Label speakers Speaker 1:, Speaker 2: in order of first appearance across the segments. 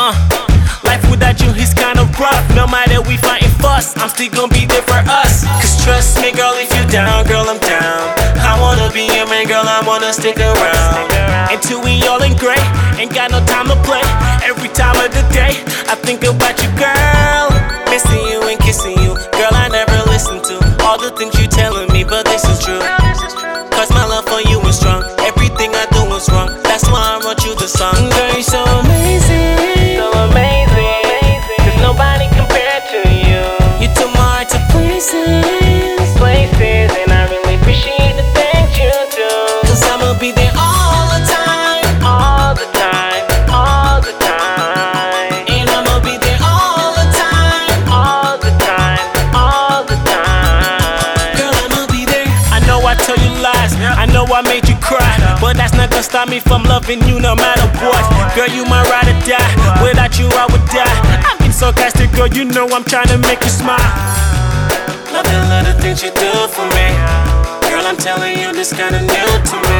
Speaker 1: Uh. us. I'm still gonna be there for us. Cause trust me, girl, if you down, girl, I'm down. I wanna be your man, girl, I wanna stick around. Until we all in gray, ain't got no time to play. Every time of the day, I think about you, girl. Missing you and kissing you, girl, I never listen to all the things you telling me, but this is true. Cause my love for you is strong. Everything I do is wrong. That's why I wrote you the song. Girl, you're so amazing. So amazing. Cause nobody compared to you. You took my heart to places. Places. And I really appreciate the things you do. Cause I'ma be there all the time. All the time. All the time. And I'ma be there all the time. All the time. All the time. Girl, I'ma be there. I know I tell you lies. I know I made you cry. But that's not gonna stop me from loving you no matter what. Girl, you my ride or die. Without you, I would die. I'm being sarcastic, girl. You know I'm trying to make you smile. Love the little things you do for me. Girl, I'm telling you, this kinda new to me.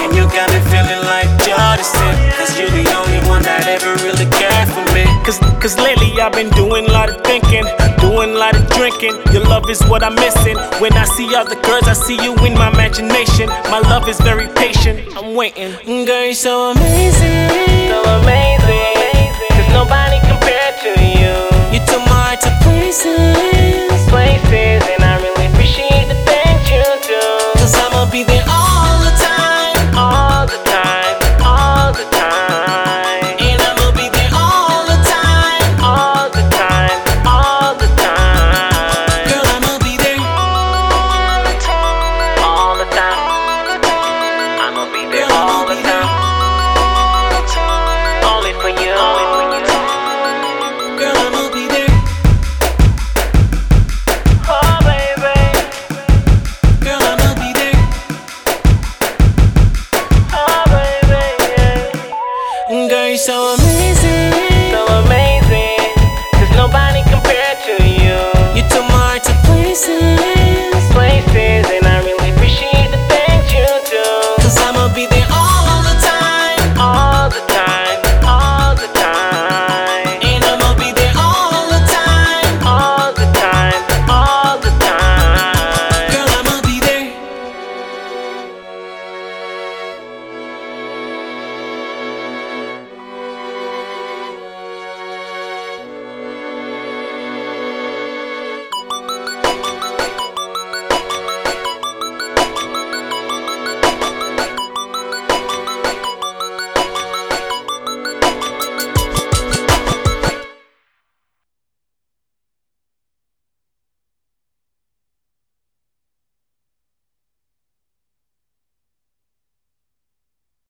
Speaker 1: And you got me feeling like Jodison. Cause you're the only one that ever really cared for me. Cause, cause lately I've been doing a lot of thinking, doing a lot of drinking. Your love is what I'm missing. When I see other girls, I see you in my imagination. My love is very patient, I'm waiting. Girl, you're so amazing. So amazing.